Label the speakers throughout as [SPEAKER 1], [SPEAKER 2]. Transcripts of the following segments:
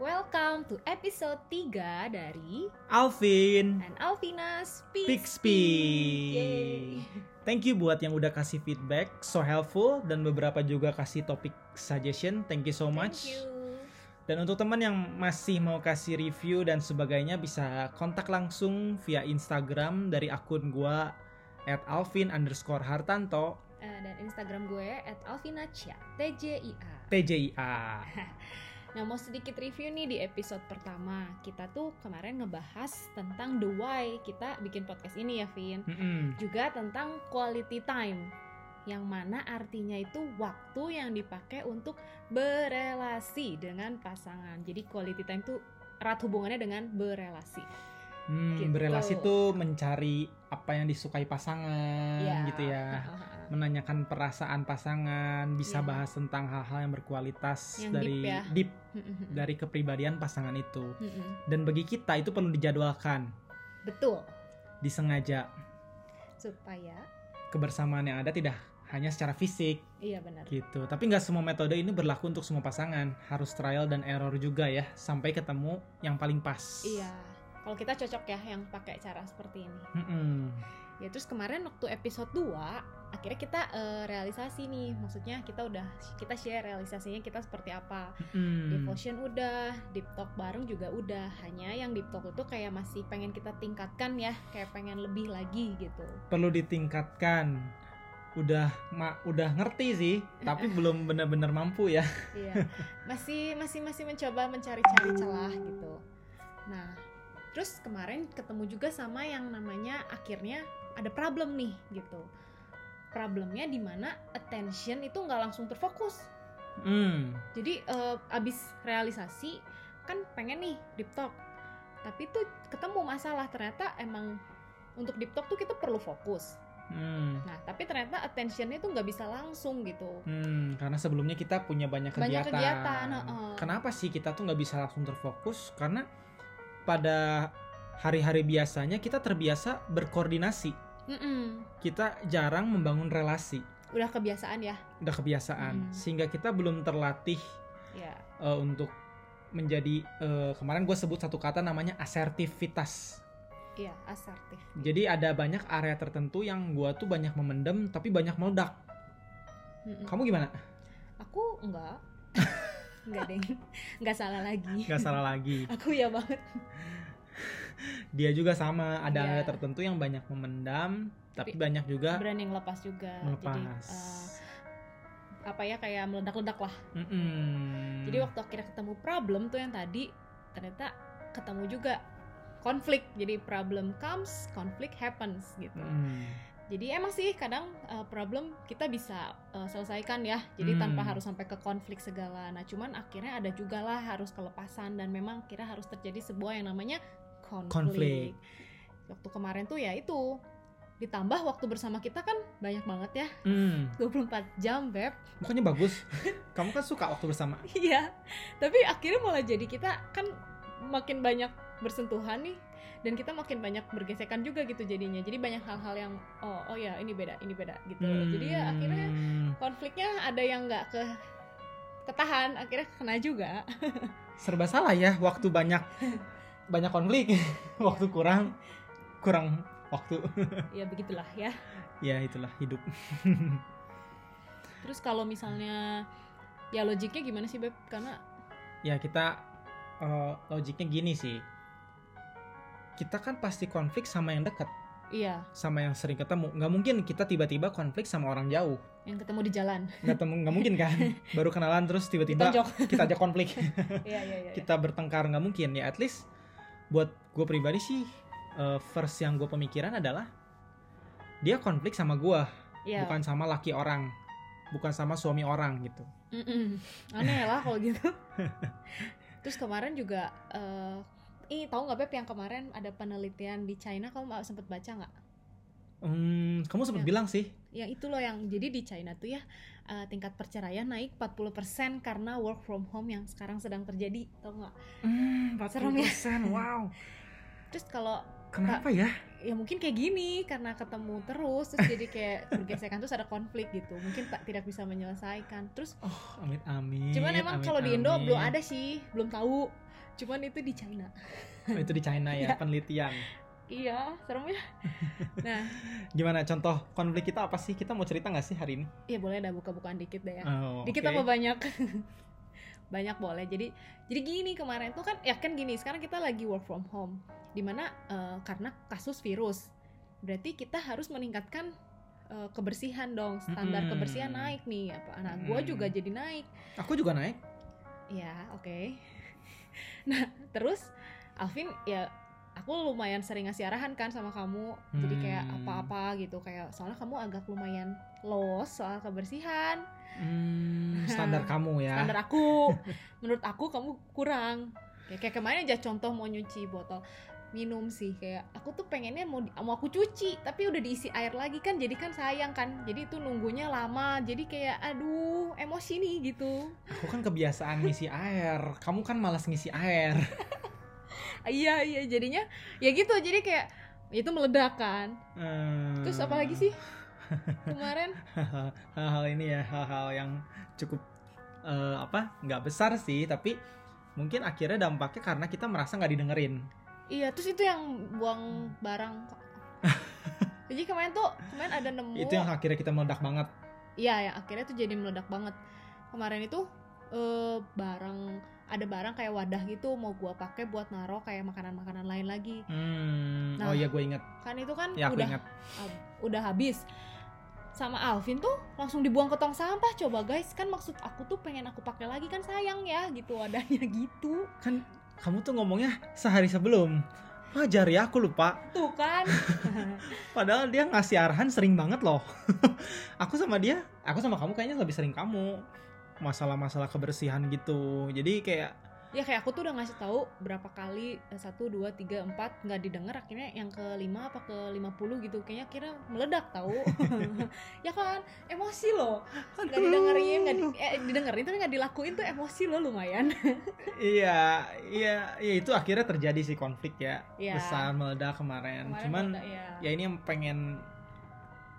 [SPEAKER 1] Welcome to episode 3 dari
[SPEAKER 2] Alvin,
[SPEAKER 1] An Alvina Speaks. Yay.
[SPEAKER 2] Big Speak. Thank you buat yang udah kasih feedback, so helpful dan beberapa juga kasih topik suggestion. Thank you so much.
[SPEAKER 1] Thank you.
[SPEAKER 2] Dan untuk teman yang masih mau kasih review dan sebagainya bisa kontak langsung via Instagram dari akun gua at Alvin underscore Hartanto
[SPEAKER 1] Eh, dan Instagram gue at Alvina Cia, TJIA.
[SPEAKER 2] TJIA.
[SPEAKER 1] Nah mau sedikit review nih di episode pertama Kita tuh kemarin ngebahas tentang the why Kita bikin podcast ini ya Vin
[SPEAKER 2] Mm-mm.
[SPEAKER 1] Juga tentang quality time Yang mana artinya itu waktu yang dipakai untuk berelasi dengan pasangan Jadi quality time tuh erat hubungannya dengan berelasi
[SPEAKER 2] Hmm,
[SPEAKER 1] Gitu.
[SPEAKER 2] Berelasi tuh mencari apa yang disukai pasangan
[SPEAKER 1] Iya.
[SPEAKER 2] gitu ya. Menanyakan perasaan pasangan, bisa
[SPEAKER 1] Iya.
[SPEAKER 2] bahas tentang hal-hal yang berkualitas
[SPEAKER 1] Yang
[SPEAKER 2] dari
[SPEAKER 1] deep ya.
[SPEAKER 2] deep dari kepribadian pasangan itu.
[SPEAKER 1] Mm-mm.
[SPEAKER 2] Dan bagi kita itu perlu dijadwalkan,
[SPEAKER 1] Betul
[SPEAKER 2] disengaja.
[SPEAKER 1] Supaya
[SPEAKER 2] Kebersamaan yang ada tidak hanya secara fisik
[SPEAKER 1] Iya benar
[SPEAKER 2] gitu. Tapi nggak semua metode ini berlaku untuk semua pasangan. Harus trial dan error juga ya sampai ketemu yang paling pas.
[SPEAKER 1] Iya kalau kita cocok ya yang pakai cara seperti ini
[SPEAKER 2] Mm-mm.
[SPEAKER 1] Ya terus kemarin waktu episode 2 akhirnya kita eh, realisasi nih, maksudnya kita udah kita share realisasinya kita seperti apa.
[SPEAKER 2] Mm.
[SPEAKER 1] Devotion udah, deep talk bareng juga udah. Hanya yang deep talk itu kayak masih pengen kita tingkatkan ya, kayak pengen lebih lagi gitu.
[SPEAKER 2] perlu ditingkatkan udah ma, udah ngerti sih tapi belum benar-benar mampu ya
[SPEAKER 1] Iya. Masih masih masih mencoba mencari-cari celah gitu. Nah, terus kemarin ketemu juga sama yang namanya akhirnya ada problem nih gitu. Problemnya di mana attention itu nggak langsung terfokus.
[SPEAKER 2] hmm
[SPEAKER 1] jadi eh, abis realisasi kan pengen nih deep talk tapi tuh ketemu masalah ternyata emang untuk deep talk tuh kita perlu fokus
[SPEAKER 2] hmm,
[SPEAKER 1] nah tapi ternyata attentionnya tuh nggak bisa langsung gitu
[SPEAKER 2] hmm, karena sebelumnya kita punya banyak
[SPEAKER 1] Banyak
[SPEAKER 2] kegiatan,
[SPEAKER 1] kegiatan, heeh.
[SPEAKER 2] kenapa sih kita tuh nggak bisa langsung terfokus karena pada hari-hari biasanya kita terbiasa berkoordinasi
[SPEAKER 1] Mm-mm.
[SPEAKER 2] kita jarang membangun relasi
[SPEAKER 1] udah kebiasaan ya
[SPEAKER 2] udah kebiasaan
[SPEAKER 1] Hmm.
[SPEAKER 2] sehingga kita belum terlatih
[SPEAKER 1] ya
[SPEAKER 2] eh, untuk menjadi eh, kemarin gue sebut satu kata namanya asertivitas
[SPEAKER 1] iya asertif
[SPEAKER 2] Jadi ada banyak area tertentu yang gua tuh banyak memendam tapi banyak meledak.
[SPEAKER 1] Mm-mm.
[SPEAKER 2] Kamu gimana?
[SPEAKER 1] aku enggak enggak deng enggak salah lagi
[SPEAKER 2] Gak salah lagi.
[SPEAKER 1] aku ya banget
[SPEAKER 2] Dia juga sama, ada
[SPEAKER 1] Iya.
[SPEAKER 2] area tertentu yang banyak memendam tapi,
[SPEAKER 1] Tapi
[SPEAKER 2] banyak juga
[SPEAKER 1] berani ngelepas juga jadi
[SPEAKER 2] melepas.
[SPEAKER 1] eh, apa ya kayak meledak-ledak lah
[SPEAKER 2] Mm-mm.
[SPEAKER 1] eh, Jadi waktu akhirnya ketemu problem tuh yang tadi ternyata ketemu juga konflik. Jadi problem comes, conflict happens gitu.
[SPEAKER 2] Mm.
[SPEAKER 1] Jadi emang sih kadang uh, problem kita bisa uh, selesaikan ya. Jadi
[SPEAKER 2] Hmm.
[SPEAKER 1] tanpa harus sampai ke konflik segala. Nah, cuman akhirnya ada juga lah harus kelepasan dan memang kira harus terjadi sebuah yang namanya konflik.
[SPEAKER 2] Konflik.
[SPEAKER 1] Waktu kemarin tuh ya itu ditambah waktu bersama kita kan banyak banget ya
[SPEAKER 2] Mm.
[SPEAKER 1] 24 jam beb
[SPEAKER 2] Bukannya bagus? Kamu kan suka waktu bersama.
[SPEAKER 1] Iya, tapi akhirnya malah jadi kita kan makin banyak bersentuhan nih dan kita makin banyak bergesekan juga gitu jadinya. Jadi banyak hal-hal yang oh oh ya ini beda, ini beda gitu. Jadi ya akhirnya
[SPEAKER 2] Mm.
[SPEAKER 1] konfliknya ada yang nggak ke ketahan, akhirnya kena juga.
[SPEAKER 2] serba salah ya waktu banyak banyak konflik, waktu kurang kurang waktu.
[SPEAKER 1] ya begitulah ya.
[SPEAKER 2] ya itulah hidup.
[SPEAKER 1] Terus kalau misalnya ya logiknya gimana sih Beb? Karena
[SPEAKER 2] ya kita eh, logiknya gini sih kita kan pasti konflik sama yang dekat
[SPEAKER 1] iya
[SPEAKER 2] sama yang sering ketemu nggak mungkin kita tiba-tiba konflik sama orang jauh
[SPEAKER 1] yang ketemu di jalan
[SPEAKER 2] nggak temu nggak mungkin kan baru kenalan terus tiba-tiba
[SPEAKER 1] ditonjok.
[SPEAKER 2] kita aja konflik
[SPEAKER 1] Iya iya iya.
[SPEAKER 2] kita bertengkar nggak mungkin ya at least buat gue pribadi sih eh, first yang gue pemikiran adalah dia konflik sama gue
[SPEAKER 1] Iya.
[SPEAKER 2] bukan sama laki orang bukan sama suami orang gitu
[SPEAKER 1] Mm-mm. Aneh lah kalau gitu. Terus kemarin juga eh ih tahu nggak Beb yang kemarin ada penelitian di China kamu ma- sempet baca nggak?
[SPEAKER 2] Hmm, kamu sempat
[SPEAKER 1] Ya.
[SPEAKER 2] bilang sih
[SPEAKER 1] Yang itu loh yang jadi di China tuh ya eh, tingkat perceraian naik 40% karena work from home yang sekarang sedang terjadi, tahu nggak?
[SPEAKER 2] hmm,
[SPEAKER 1] Serem ya.
[SPEAKER 2] 40%, wow
[SPEAKER 1] Terus kalau
[SPEAKER 2] Kenapa ya?
[SPEAKER 1] ya mungkin kayak gini karena ketemu terus terus jadi kayak bergesekan terus ada konflik gitu. Mungkin tak tidak bisa menyelesaikan. Terus
[SPEAKER 2] Oh, amit amit.
[SPEAKER 1] cuman emang kalau di Indo belum ada sih, belum tahu. Cuman itu di China.
[SPEAKER 2] Oh, itu di China ya,
[SPEAKER 1] Ya.
[SPEAKER 2] penelitian.
[SPEAKER 1] Iya, serem ya. Nah,
[SPEAKER 2] Gimana contoh konflik kita apa sih? Kita mau cerita nggak sih hari ini?
[SPEAKER 1] ya boleh dah buka-bukaan dikit deh ya.
[SPEAKER 2] Oh,
[SPEAKER 1] Dikit apa
[SPEAKER 2] oke.
[SPEAKER 1] banyak? banyak boleh. Jadi jadi gini kemarin tuh kan ya kan gini, sekarang kita lagi work from home. Dimana eh, karena kasus virus. Berarti kita harus meningkatkan eh, kebersihan dong. Standar
[SPEAKER 2] Mm-mm.
[SPEAKER 1] kebersihan naik nih. Apa anak gua
[SPEAKER 2] Mm.
[SPEAKER 1] juga jadi naik.
[SPEAKER 2] Aku juga naik.
[SPEAKER 1] Ya, oke. nah, terus Alvin ya aku lumayan sering ngasih arahan kan sama kamu. Jadi kayak
[SPEAKER 2] Hmm.
[SPEAKER 1] apa-apa gitu kayak soalnya kamu agak lumayan los soal kebersihan.
[SPEAKER 2] Hmm, standar kamu ya.
[SPEAKER 1] Standar aku menurut aku kamu kurang. Kayak, kayak kemarin aja contoh mau nyuci botol minum sih kayak aku tuh pengennya mau di- mau aku cuci tapi udah diisi air lagi kan jadi kan sayang kan jadi itu nunggunya lama jadi kayak aduh emosi nih gitu
[SPEAKER 2] Aku kan kebiasaan ngisi air. Kamu kan malas ngisi air.
[SPEAKER 1] iya iya jadinya ya gitu jadi kayak itu meledak kan
[SPEAKER 2] Hmm.
[SPEAKER 1] terus apalagi sih kemarin
[SPEAKER 2] hal-hal ini ya hal-hal yang cukup eh, apa nggak besar sih tapi mungkin akhirnya dampaknya karena kita merasa nggak didengerin
[SPEAKER 1] iya terus itu yang buang barang jadi kemarin tuh kemarin ada nemu
[SPEAKER 2] itu yang akhirnya kita meledak banget
[SPEAKER 1] iya ya akhirnya tuh jadi meledak banget kemarin itu eh, barang ada barang kayak wadah gitu mau gua pakai buat naro kayak makanan-makanan lain lagi
[SPEAKER 2] hmm,
[SPEAKER 1] Nah.
[SPEAKER 2] oh ya gue inget
[SPEAKER 1] kan itu kan
[SPEAKER 2] ya aku
[SPEAKER 1] udah
[SPEAKER 2] inget
[SPEAKER 1] udah habis sama Alvin tuh langsung dibuang ke tong sampah coba guys kan maksud aku tuh pengen aku pakai lagi kan sayang ya gitu wadahnya gitu
[SPEAKER 2] kan kamu tuh ngomongnya sehari sebelum wajar ya aku lupa
[SPEAKER 1] tuh kan
[SPEAKER 2] padahal dia ngasih arahan sering banget loh aku sama dia aku sama kamu kayaknya lebih sering kamu masalah-masalah kebersihan gitu jadi kayak
[SPEAKER 1] ya kayak aku tuh udah ngasih tahu berapa kali eh, satu dua tiga empat nggak didengar akhirnya yang kelima apa ke lima puluh gitu kayaknya akhirnya meledak tahu ya kan emosi loh nggak didengerin nggak di- eh, didengerin tapi nggak dilakuin tuh emosi loh lumayan
[SPEAKER 2] Iya, iya, iya itu akhirnya terjadi sih konflik ya.
[SPEAKER 1] Iya.
[SPEAKER 2] Besar meledak kemarin.
[SPEAKER 1] Kemarin
[SPEAKER 2] Cuman
[SPEAKER 1] meledak, ya.
[SPEAKER 2] ya ini yang pengen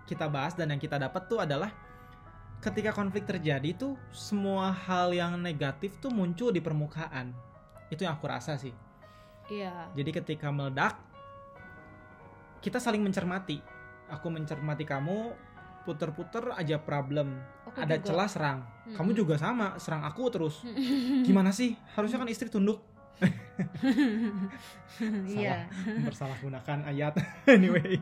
[SPEAKER 2] kita bahas dan yang kita dapat tuh adalah ketika konflik terjadi tuh semua hal yang negatif tuh muncul di permukaan. Itu yang aku rasa sih.
[SPEAKER 1] iya
[SPEAKER 2] Jadi ketika meledak kita saling mencermati. Aku mencermati kamu puter-puter aja problem.
[SPEAKER 1] aku juga.
[SPEAKER 2] Ada
[SPEAKER 1] Hmm.
[SPEAKER 2] celah serang. Kamu juga sama, serang aku terus.
[SPEAKER 1] Mm-mm.
[SPEAKER 2] Gimana sih? Harusnya kan istri tunduk.
[SPEAKER 1] iya
[SPEAKER 2] mempersalahgunakan ayat anyway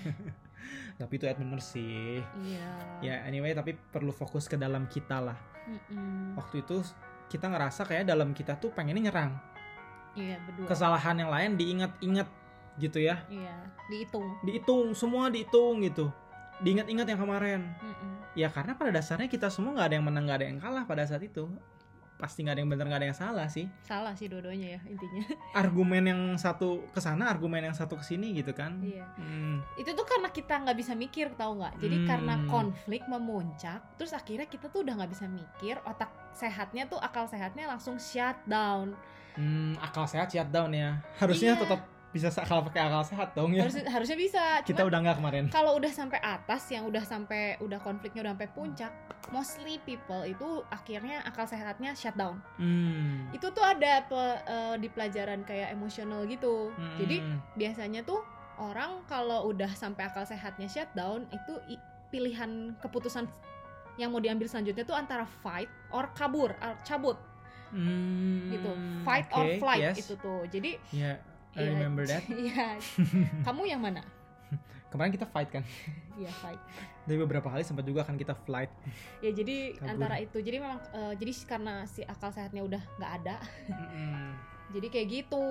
[SPEAKER 2] tapi itu ayat bener sih
[SPEAKER 1] iya
[SPEAKER 2] ya anyway tapi perlu fokus ke dalam kita lah
[SPEAKER 1] Mm-mm.
[SPEAKER 2] waktu itu kita ngerasa kayak dalam kita tuh pengennya nyerang
[SPEAKER 1] iya berdua
[SPEAKER 2] kesalahan yang lain diingat-ingat gitu ya
[SPEAKER 1] iya dihitung
[SPEAKER 2] dihitung semua dihitung gitu diingat-ingat yang kemarin
[SPEAKER 1] Mm-mm.
[SPEAKER 2] ya karena pada dasarnya kita semua nggak ada yang menang nggak ada yang kalah pada saat itu pasti nggak ada yang bener nggak ada yang salah sih
[SPEAKER 1] salah sih dua-duanya ya intinya
[SPEAKER 2] Hmm. argumen yang satu ke sana argumen yang satu ke sini gitu kan
[SPEAKER 1] iya
[SPEAKER 2] Hmm.
[SPEAKER 1] itu tuh karena kita nggak bisa mikir tahu nggak jadi
[SPEAKER 2] Hmm.
[SPEAKER 1] karena konflik memuncak terus akhirnya kita tuh udah nggak bisa mikir otak sehatnya tuh akal sehatnya langsung shutdown
[SPEAKER 2] Hmm, akal sehat shut down ya. Harusnya
[SPEAKER 1] Iya.
[SPEAKER 2] tetap bisa sa- kalau pakai akal sehat dong ya.
[SPEAKER 1] harusnya harusnya bisa
[SPEAKER 2] Kita
[SPEAKER 1] Cuman
[SPEAKER 2] udah nggak kemarin.
[SPEAKER 1] kalau udah sampai atas yang udah sampai udah konfliknya udah sampai puncak mostly people itu akhirnya akal sehatnya shutdown
[SPEAKER 2] Hmm.
[SPEAKER 1] itu tuh ada pe- eh, di pelajaran kayak emosional gitu
[SPEAKER 2] Hmm.
[SPEAKER 1] jadi biasanya tuh orang kalau udah sampai akal sehatnya shutdown itu i- pilihan keputusan yang mau diambil selanjutnya tuh antara fight or kabur or cabut
[SPEAKER 2] Hmm,
[SPEAKER 1] gitu fight or
[SPEAKER 2] oke,
[SPEAKER 1] flight
[SPEAKER 2] yes.
[SPEAKER 1] itu tuh jadi
[SPEAKER 2] Ya, I
[SPEAKER 1] ya,
[SPEAKER 2] remember that.
[SPEAKER 1] iya. kamu yang mana
[SPEAKER 2] Kemarin kita fight kan.
[SPEAKER 1] Iya fight
[SPEAKER 2] Dari beberapa kali sempat juga kan kita flight.
[SPEAKER 1] ya jadi
[SPEAKER 2] Kabur.
[SPEAKER 1] antara itu jadi memang eh, jadi karena si akal sehatnya udah nggak ada
[SPEAKER 2] Mm-mm.
[SPEAKER 1] jadi kayak gitu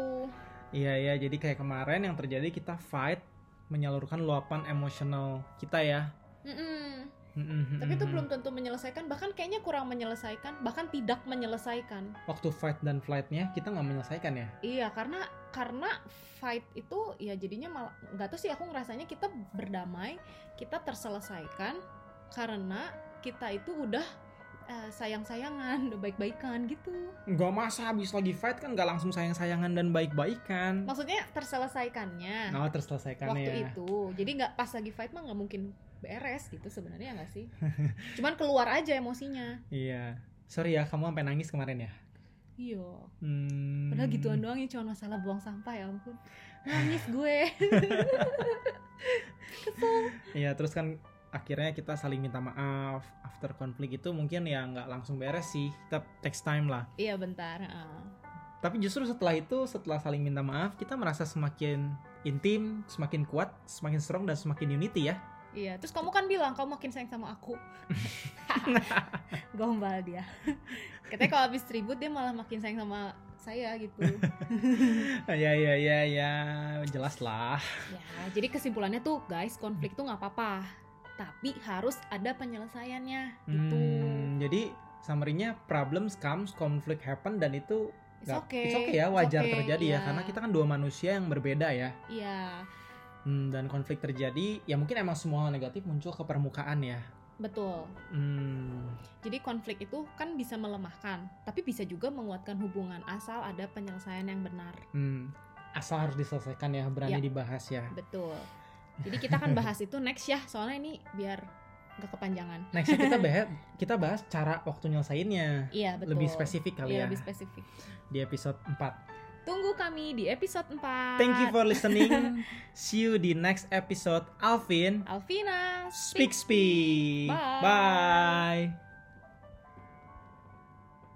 [SPEAKER 2] Iya ya, jadi kayak kemarin yang terjadi kita fight menyalurkan luapan emosional kita ya.
[SPEAKER 1] Mm-mm.
[SPEAKER 2] Mm-mm,
[SPEAKER 1] tapi itu
[SPEAKER 2] mm-mm.
[SPEAKER 1] belum tentu menyelesaikan bahkan kayaknya kurang menyelesaikan bahkan tidak menyelesaikan
[SPEAKER 2] waktu fight dan flightnya kita nggak menyelesaikan ya.
[SPEAKER 1] Iya karena karena fight itu ya jadinya malah nggak tahu sih aku ngerasanya kita berdamai kita terselesaikan karena kita itu udah eh, sayang-sayangan udah baik-baikan gitu
[SPEAKER 2] Nggak masa habis lagi fight kan nggak langsung sayang-sayangan dan baik-baikan.
[SPEAKER 1] maksudnya terselesaikannya
[SPEAKER 2] Oh, terselesaikan
[SPEAKER 1] nah, waktu
[SPEAKER 2] ya.
[SPEAKER 1] itu jadi nggak pas lagi fight mah nggak mungkin beres gitu sebenarnya ya nggak sih cuman keluar aja emosinya
[SPEAKER 2] Iya. Sorry ya, kamu sampai nangis kemarin ya.
[SPEAKER 1] Iya.
[SPEAKER 2] Hmm.
[SPEAKER 1] Padahal gituan doang ya cuma masalah buang sampah ya ampun. Nangis gue.
[SPEAKER 2] Iya, terus kan akhirnya kita saling minta maaf after konflik itu mungkin ya nggak langsung beres sih kita text time lah
[SPEAKER 1] iya bentar. heeh.
[SPEAKER 2] tapi justru setelah itu setelah saling minta maaf kita merasa semakin intim semakin kuat semakin strong dan semakin unity ya
[SPEAKER 1] Iya, terus kamu kan bilang kamu makin sayang sama aku. Gombal dia. Katanya kalau habis ribut dia malah makin sayang sama saya gitu.
[SPEAKER 2] ya ya ya ya jelas lah
[SPEAKER 1] ya, jadi kesimpulannya tuh guys, konflik tuh nggak apa-apa, tapi harus ada penyelesaiannya gitu.
[SPEAKER 2] Hmm, jadi summary-nya problems comes conflict happen dan itu
[SPEAKER 1] It's
[SPEAKER 2] nggak-
[SPEAKER 1] okay.
[SPEAKER 2] it's ya
[SPEAKER 1] it's
[SPEAKER 2] wajar
[SPEAKER 1] okay,
[SPEAKER 2] terjadi ya
[SPEAKER 1] iya.
[SPEAKER 2] karena kita kan dua manusia yang berbeda ya
[SPEAKER 1] Iya,
[SPEAKER 2] Hmm, dan konflik terjadi ya mungkin emang semua hal negatif muncul ke permukaan ya
[SPEAKER 1] betul.
[SPEAKER 2] Hmm,
[SPEAKER 1] Jadi konflik itu kan bisa melemahkan, tapi bisa juga menguatkan hubungan asal ada penyelesaian yang benar.
[SPEAKER 2] Hmm, asal harus diselesaikan ya,
[SPEAKER 1] Ya.
[SPEAKER 2] berani dibahas ya.
[SPEAKER 1] Betul. Jadi kita akan bahas itu next ya, soalnya ini biar nggak kepanjangan.
[SPEAKER 2] Nextnya kita bahas, kita bahas cara waktu nyelesainnya.
[SPEAKER 1] Iya, betul.
[SPEAKER 2] Lebih spesifik kali
[SPEAKER 1] Iya,
[SPEAKER 2] ya
[SPEAKER 1] lebih spesifik.
[SPEAKER 2] di episode 4.
[SPEAKER 1] Tunggu kami di episode 4.
[SPEAKER 2] Thank you for listening. See you di next episode Alvin
[SPEAKER 1] Alvina.
[SPEAKER 2] Speak Speak.
[SPEAKER 1] Bye.
[SPEAKER 2] Bye.